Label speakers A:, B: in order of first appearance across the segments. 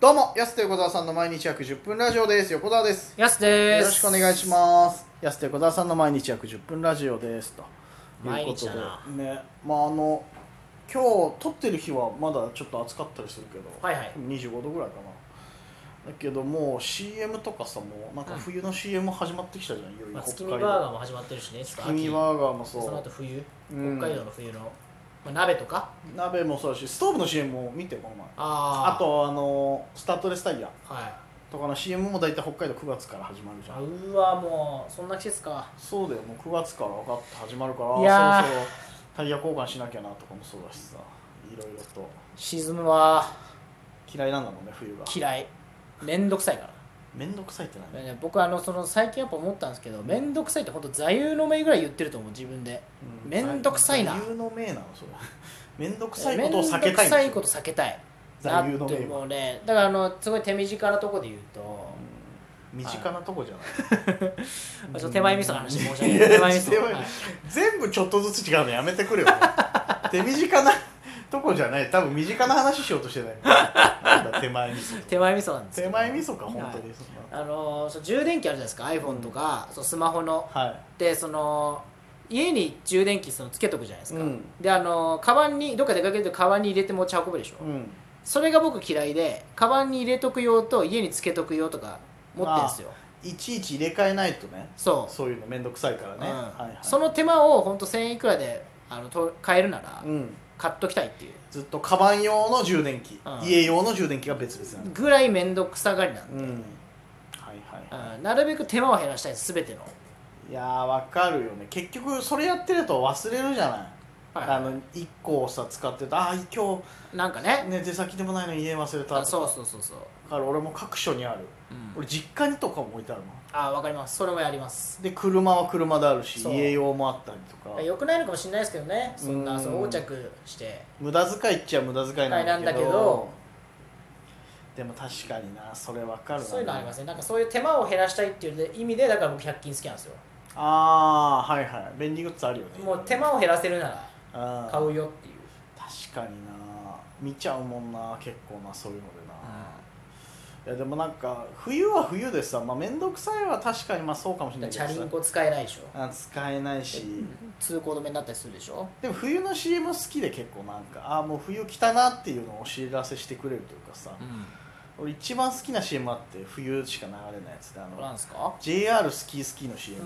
A: どうも、やすと横澤さんの毎日約10分ラジオです。横澤です。
B: やすで
A: よ
B: す
A: ろしくお願いします。やすと横澤さんの毎日約10分ラジオです。という
B: 毎
A: こと
B: 日
A: で
B: だな、
A: ね、まああの、今日撮ってる日はまだちょっと暑かったりするけど、
B: はいはい
A: 25度ぐらいかな。だけどもう CM とかさ、もうなんか冬の CM 始まってきたじゃん、いよい
B: ま
A: よ
B: あ、
A: 北
B: 月見バ
A: 海
B: ーガ
A: 道。
B: ーも始まってるしねちょっと
A: 月見
B: 秋
A: バーガーもそ
B: そ
A: う
B: の後。冬
A: うん
B: 北海道の冬の、まあ、鍋とか
A: 鍋もそうだし、ストーブの CM も見て、この前。
B: あ
A: あと、あの、スタートレスタイヤ
B: あはい
A: とかの CM も大体北海道9月から始まるじゃん
B: あ。うわもうそんな季節か
A: そうだよもう9月から分かって始まるから
B: いや
A: そ
B: ー
A: ろそろタイヤ交換しなきゃなとかもそうだしさいろいろと
B: シーズンは
A: 嫌いなんだもんね冬が
B: 嫌いめんどくさいから
A: めんどくさいって何、
B: ね僕あのその最近やっぱ思ったんですけどめんどくさいって本当座右の銘ぐらい言ってると思う自分でめんどくさいな
A: 座右の銘なのそれ めんどくさい
B: め
A: こ
B: ん
A: と
B: ど
A: を
B: く
A: 避けたいんでしょ
B: さいこと避けたい
A: 座右の
B: だって
A: 銘
B: も
A: は
B: うねだからあのすごい手短なとこで言うと、
A: 身近なとこじゃない、
B: まあちょっと手前味噌の話申し訳ない手前味
A: 手
B: 噌、
A: 前
B: はい
A: 全部ちょっとずつ違うのやめてく れよ手短なとこじゃない多分身近な話しようとしてないなん だ手前味噌
B: 手前味噌なんですけ
A: 手
B: ど
A: 前味噌か本当
B: は
A: に
B: い
A: そんな
B: あのーそう充電器あるじゃないですか iPhone とか、そうスマホの
A: はい
B: でその家に充電器そのつけとくじゃないですか、
A: うん
B: であのーカバンにどっか出かけるとカバンに入れて持ち運ぶでしょ、
A: うん
B: それが僕嫌いでカバンに入れとく用と家につけとく用とか持ってるんですよ
A: いちいち入れ替えないとね
B: そう
A: そういうのめんどくさいからね、
B: うん
A: はいはい、
B: その手間を本当1000いくらであのと買えるなら
A: うん、
B: 買っときたいっていう
A: ずっとカバン用の充電器、
B: うん
A: 家用の充電器が別々なんだ
B: ぐらい面倒くさがりなんで、
A: うんはいはいは
B: うんなるべく手間を減らしたいです全ての、
A: いいやーわかるよね結局それやってると忘れるじゃない、あの1個をさ使ってたああ今
B: なんかね
A: 日、ね、出先でもないのに家忘れた
B: あ
A: と
B: そうそうそうそう、
A: だから俺も各所にある
B: うん
A: 俺実家にとかも置いてあるの
B: あわかりますそれもやります
A: で車は車であるし
B: そう
A: 家用もあったりとか
B: よくないのかもしれないですけどねそん
A: う
B: なんそう横着して
A: 無駄遣いっちゃ無駄遣いなんだけど,、
B: はいなんだけど
A: でも確かになそれわかるな
B: そういうのありますねなんかそういう手間を減らしたいっていう意味でだから僕100均好きなんですよ
A: ああはいはい便利グッズあるよね
B: もう手間を減らせるなら
A: うん
B: 買うよっていう、
A: 確かにな見ちゃうもんな結構なそういうのでな、いやでもなんか冬は冬でさまあ、面倒くさいは確かにまあそうかもしれないけ
B: チ
A: ど
B: ャ
A: さ
B: リンコ使えないでしょ
A: あ使えないし
B: 通行止めになったりするでしょ
A: でも冬の CM 好きで結構なんかああもう冬来たなっていうのをお知らせしてくれるというかさ、俺一番好きな CM あって冬しか流れないやつであ
B: これな
A: の
B: んですか
A: JR スキースキーの CM、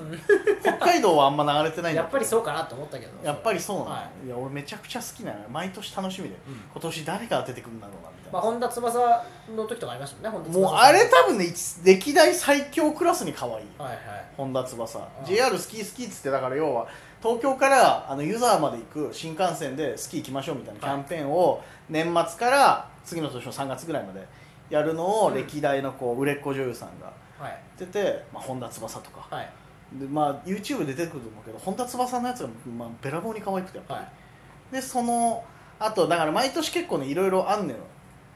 A: 北海道はあんま流れてないんだ
B: やっ
A: けど
B: ぱりそうかなと思ったけど
A: やっぱりそうなの、、
B: はい
A: や俺めちゃくちゃ好きなのよ毎年楽しみで、
B: うん
A: 今年誰が当ててくるんだろうなみたいな、
B: まあ、本田翼の時とかありましたもんね本田
A: も
B: 翼
A: う
B: さん
A: あれ多分ね一歴代最強クラスに可愛い
B: はいはい
A: 本田翼
B: うん
A: JR スキースキーっつってだから要は東京からあの湯沢まで行く新幹線でスキー行きましょうみたいなキャンペーンを年末から次の年の3月ぐらいまでやるのを
B: うん
A: 歴代のこう売れっ子女優さんが
B: はい
A: 出て、まあ、本田翼とか
B: はい
A: で、まあ、YouTube で出てくると思うけど本田翼のやつが、まあ、べらぼうに可愛くてやっぱり
B: はい
A: でそのあとだから毎年結構ねいろいろあんのよ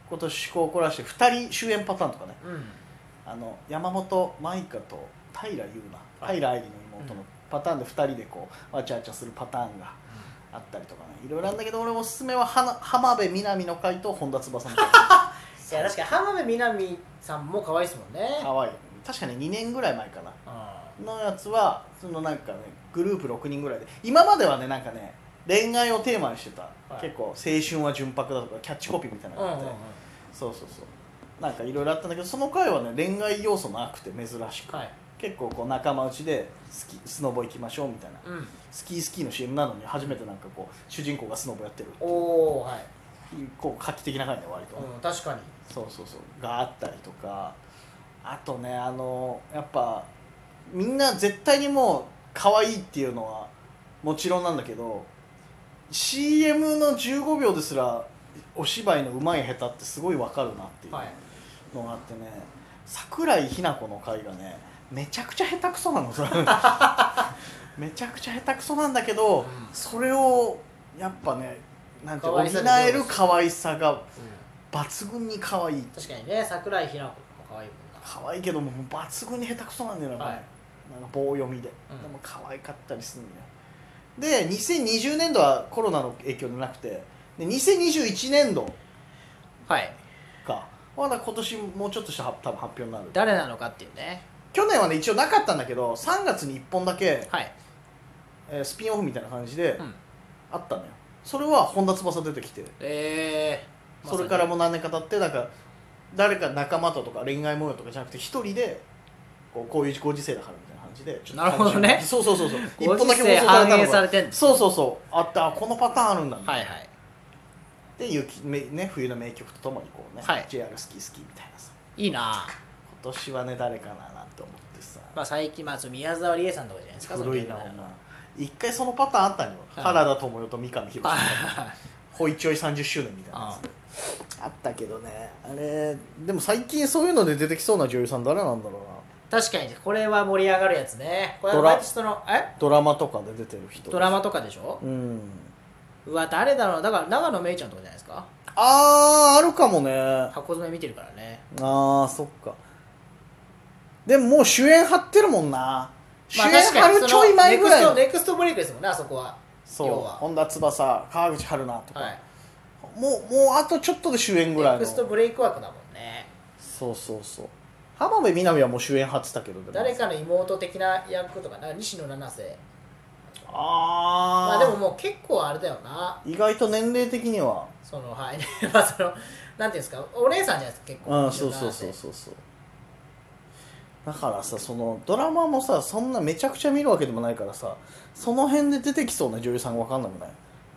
A: 今年こうこらして2人主演パターンとかね
B: うん
A: あの山本舞香と平優
B: は
A: 奈
B: い
A: 平愛梨の妹のパターンで2人でこうわちゃわちゃするパターンがあったりとかねいろいろあるんだけど俺おすすめははな浜辺美波の回と本田翼の 回
B: いや確かに浜辺美波さんも可愛いですもんね
A: かわいい確かに2年ぐらい前かな
B: あ
A: のやつはそのなんかねグループ6人ぐらいで今まではねなんかね恋愛をテーマにしてた、
B: はい
A: 結構青春は純白だとかキャッチコピーみたいな
B: う
A: のがあって、そうそうそうなんかいろいろあったんだけどその回はね恋愛要素なくて珍しく、
B: はい
A: 結構こう仲間内でスキスノボ行きましょうみたいな、
B: うん
A: スキースキーの CM なのに初めてなんかこう主人公がスノボやってる
B: おおはい、
A: こう画期的な回ね割と、
B: うん、確かに
A: そうそうそうがあったりとかあとねあのやっぱみんな絶対にもう可愛いっていうのはもちろんなんだけど CM の15秒ですらお芝居の上手い下手ってすごいわかるなっていう
B: はい
A: のがあってね、桜井日奈子の回がねめちゃくちゃ下手くそなのそ れめちゃくちゃ下手くそなんだけど、
B: うん
A: それをやっぱねなんて補
B: 可愛さで
A: える可愛さが
B: う
A: 抜群に可愛い
B: ん、確かにね桜井日奈子も可愛いもんな
A: 可愛いけどももう抜群に下手くそなんだよな、
B: はい
A: なんか棒読みで、
B: うん
A: でも可愛かったりするんだよで2020年度はコロナの影響じゃなくてで2021年度
B: はい
A: かまだ今年もうちょっとしたら多分発表になる
B: 誰なのかっていうね
A: 去年はね一応なかったんだけど3月に1本だけ、
B: はい、
A: えースピンオフみたいな感じで
B: うん、
A: あったのよ、それは本田翼出てきて
B: えー、
A: それからもう何年か経ってなんか誰か仲間ととか恋愛模様とかじゃなくて一人でこうこういうご時世だからみたいな感じでちょっと
B: なるほどね
A: そうそうそうそう一
B: ご
A: 本だ
B: 時
A: け
B: 世
A: 放送された
B: 反映
A: の
B: さ
A: が
B: れてんの
A: そうそうそうあったあこのパターンあるんだみたいな
B: はいはい
A: で雪めね、冬の名曲とともにこうね、
B: はい
A: JR 好き好きみたいなさ
B: いいなあ
A: 今年はね誰かななんて思ってさ
B: まあ最近まあその宮沢りえさんとかじゃないですか
A: 古いな
B: その
A: 女一回そのパターンあったのよ、
B: はい
A: 原田知世と三上博
B: は
A: 史
B: い
A: ホイチョイ30周年みたいなやつあったけどねあれでも最近そういうので出てきそうな女優さん誰なんだろうな
B: 確かにこれは盛り上がるやつねこれは
A: ドラ
B: 毎日そのえ
A: ドラマとかで出てる人
B: ドラマとかでしょ
A: うん
B: うわ誰だろうだから長野めいちゃんとかじゃないですか
A: あーあるかもねあ
B: 箱詰め見てるからね
A: ーそっかでももう主演張ってるもんな、主
B: まあ
A: 演張るちょい前ぐらい
B: その
A: の
B: ネクストネクストブレイクですもんねあそこは
A: そう
B: 要は
A: 本田翼川口春奈とか、
B: はい
A: もうもうあとちょっとで主演ぐらい
B: ネ
A: の
B: クストブレイク枠だもんね
A: そうそうそう浜辺美波はもう主演張ってたけどでも
B: 誰かの妹的な役とかな西野七瀬ま
A: あ
B: あ
A: あ
B: でももう結構あれだよな
A: 意外と年齢的には
B: そのはい まあそのなんていうんですかお姉さんじゃないですか結構
A: うんそうそうそう
B: う
A: そうそうだからさそのドラマもさそんなめちゃくちゃ見るわけでもないからさその辺で出てきそうな女優さんが分かんなくない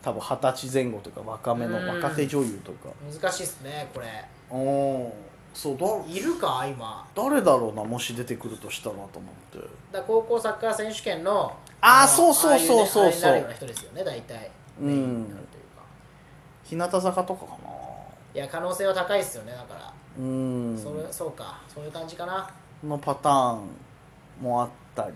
A: 多分二十歳前後とか若めの
B: うん
A: 若手女優とか
B: 難しいっすねこれ
A: うんそうだ
B: いるか今
A: 誰だろうなもし出てくるとしたらと思って
B: だから高校サッカー選手権の
A: あー
B: の
A: そうそうそうそう
B: ああいねああいなるような人ですよね大体
A: うん
B: メインになるというか
A: 日向坂とかかない
B: や可能性は高いですよねだから、
A: うん
B: それそうかそういう感じかな
A: のパターンもあったり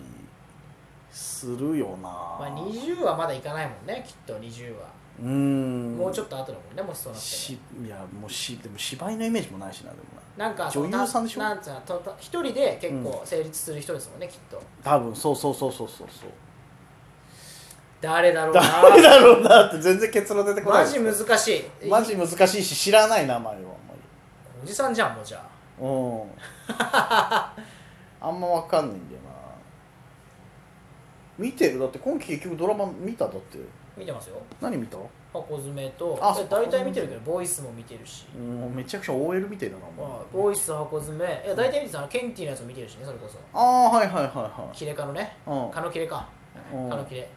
A: するよな、
B: まあ、20はまだいかないもんねきっと20は、
A: うん
B: もうちょ
A: っ
B: っと後だもんねもしそうなって
A: し
B: も
A: いやもうしでも芝居のイメージもないしなでもな
B: なんか
A: 女優さんでしょ
B: なんつうのとと一人で結構成立する人ですもんね、きっと
A: 多分そうそうそうそう そうそう
B: 誰だろうな
A: 誰だろうなって全然結論出てこない
B: マジ難しい
A: マジ難しいし知らない名前はあんま
B: おじさんじゃんもうじゃあ
A: りうん あんまわかんないんだよな見てるだって今期結局ドラマ見ただって
B: 見てますよ
A: 何見た
B: 箱詰めと
A: あ
B: え
A: そう
B: 大体見てるけどボイスも見てるし、
A: もうめちゃくちゃ OL みたいだなお前
B: まあボイス箱詰めいや大体見てたのケンティーのやつも見てるしねそれこそ
A: ああはいはいはいはい
B: キレカのね
A: うん
B: カのキレか
A: うん
B: カのキレ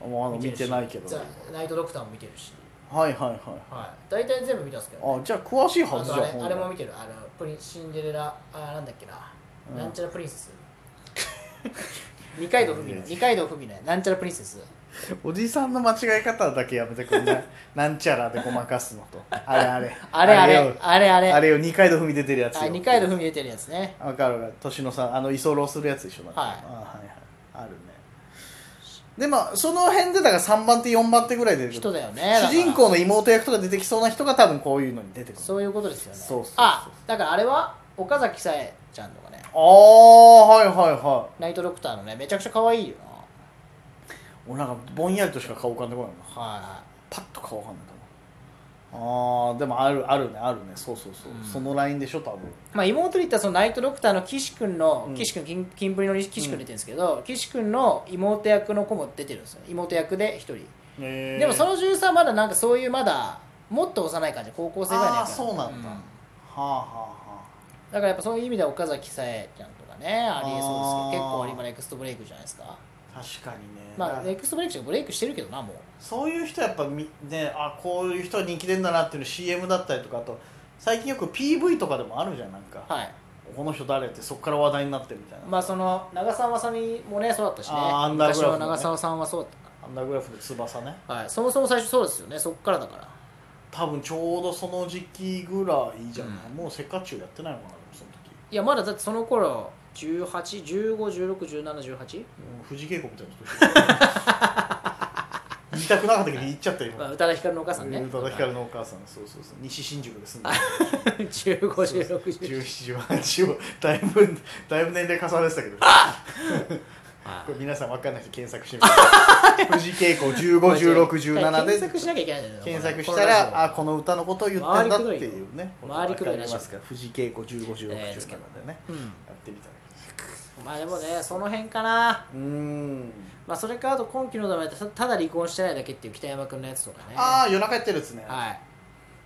A: もうあの見て
B: し
A: ないけど
B: ザ
A: はい
B: ナイトドクターも見てるし、
A: はいはい
B: はい、大体全部見たんですけど
A: あじゃあ詳しい
B: あ
A: はずじ
B: と
A: ゃ
B: あ
A: ん
B: れ
A: ほん
B: あ
A: な
B: れ
A: ら
B: も見てるあのプリンシンデレラあなんだっけな、
A: うん
B: なんちゃらプリンセ ス二階堂ふみの二階堂ふみのなんちゃらプリンセス
A: おじさんの間違え方だけやめてくん ないなんちゃらでごまかすのとあれあれ
B: あれあれ
A: よ
B: あれあれ
A: あれよ二階堂踏み出てるやつ
B: あ
A: よ
B: 二階堂ふみ出てるやつね
A: わかるわかる年のさあの居候するやつ一緒だ
B: は
A: あ
B: い
A: はいはいあるねでまあその辺でだから3番手4番手ぐらいで
B: 人だよねだか
A: 主
B: ら
A: 人公の妹役とか出てきそうな人が多分こういうのに出てくる
B: そういうことですよね
A: そうそうそう
B: あだからあれは岡崎紗絵ちゃんとかね
A: ああはいはいはい
B: ナイトドクターのねめちゃくちゃ可愛いよ
A: 俺なんかぼんやりとしか顔浮かんでこないな
B: なは
A: パッと顔わかんないかなあーでもあるあるねあるねそうそうそう、
B: うん
A: そのラインでしょ多分
B: いまあ妹で言ったらそのナイトドクターの岸君の、
A: うん
B: 岸君キンキンプリの岸君出てるんですけど、岸君の妹役の子も出てるんですよ妹役で一人でもその女優さんはまだなんかそういうまだもっと幼い感じ高校生ぐらいの役
A: あーそうなんだは
B: う
A: あはあはあ
B: だからやっぱそういう意味では岡崎紗絵ちゃんとかねありえそうですけど
A: あー
B: 結構今ネクストブレイクじゃないですか
A: 確かにね、
B: まあ
A: だ
B: ネクストブレイクじゃブレイクしてるけどなもう
A: そういう人やっぱみねあこういう人は人気出んだなっていうの CM だったりとかあと最近よく PV とかでもあるじゃんなんか、
B: はい
A: この人誰ってそこから話題になってるみたいな、
B: まあその長澤まさみもねそうだったしね
A: あーアンダー
B: 昔
A: グラ
B: の
A: フのね
B: 長澤さんはそうだった
A: アンダーグラフで翼ね
B: なはいそもそも最初そうですよねそっからだから
A: 多分ちょうどその時期ぐらいじゃない、もうセカチュウやってないのかなでもその時、
B: いやまだだってその頃
A: う
B: 1815161718
A: ん、藤稽古みたい なこと言いたくなかったけど言っちゃったよ
B: まあ
A: 今
B: 宇多田ヒカルのお母さんね
A: 宇多田ヒカルのお母さんそうそうそう西新宿で住んでる
B: 151617
A: 1718をだいぶだいぶ年齢重ねてたけど
B: はい
A: これ皆さん分かんない人検索してみて富士稽古151617で
B: 検索しなきゃいけないんだよね
A: 検索したらあこの歌のことを言ったんだっていうね
B: 回りくどい
A: わ
B: ラ
A: か
B: ジ
A: り
B: オ
A: ますから富士稽古151617でね、
B: えーですけどうん
A: やってみたら
B: まあでもねその辺かな
A: うーん
B: まあそれかあと今期の名前たただ離婚してないだけっていう北山君のやつとかね
A: ああ夜中やってるやつね、
B: はい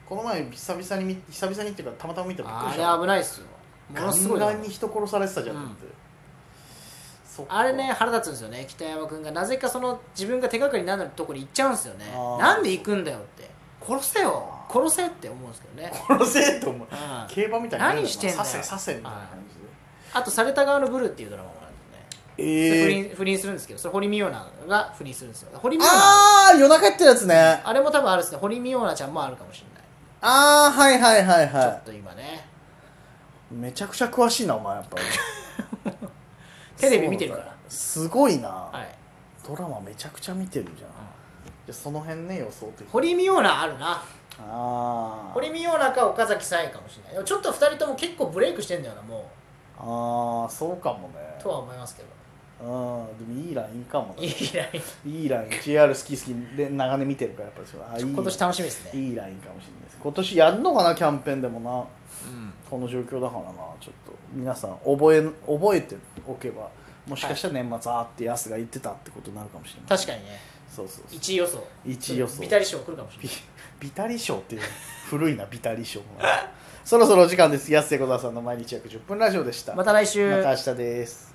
A: この前久々に見久々にっていうかたまたま見てびっくり
B: あ
A: し
B: れ
A: た
B: 危ないっすよも
A: ガ
B: のすご
A: ン
B: い
A: ガンに人殺されてたじゃんって、そっか
B: あれね腹立つんですよね北山君がなぜかその自分が手がかりになるとこに行っちゃうんですよね
A: あー
B: なんで行くんだよって殺せよ殺せって思うんですけどね
A: 殺せと思う
B: うん
A: 競馬みたいになる
B: 何してんだ
A: さ
B: よ
A: せさせみたいな感じで、
B: あと「された側のブルー」っていうドラマもあるんですよねそれ不
A: ええ
B: 倫不倫するんですけどそれ堀美央奈が不倫するんですよ堀美央奈
A: ああ夜中やってるやつね
B: あれも多分あるんですね堀美央奈ちゃんもあるかもしれない
A: ああはいはいはい
B: ちょっ
A: は
B: と今ね
A: いめちゃくちゃ詳しいなお前やっぱり
B: テレビ見てるから
A: そうだすごいな、
B: はい
A: ドラマめちゃくちゃ見てるじゃん、じゃあその辺ね予想的に
B: 堀美央奈あるな
A: あー
B: 堀美央奈か岡崎紗絵かもしれないでもちょっと2人とも結構ブレイクしてんだよなも
A: あーそうかもね
B: うとは思いますけど
A: うんでもいいラインかもね
B: いいライン
A: いいライン JR 好き好きで長年見てるからやっぱりそうあいい
B: 今年楽しみですね
A: いいラインかもしれないです今年やるのかなキャンペーンでもな
B: うん
A: この状況だからなちょっと皆さん覚え覚えておけばもしかしたら年末、あーってやすが言ってたってことになるかもしれない
B: 確かにね
A: そうそうそう
B: 1位予想
A: 一位予想
B: ビタリ賞来るかもしれ
A: ビ
B: ない
A: ビタリ賞っていう古いなビタリ 賞そろそろお時間です安瀬小沢さんの毎日約10分ラジオでした
B: また来週
A: また明日です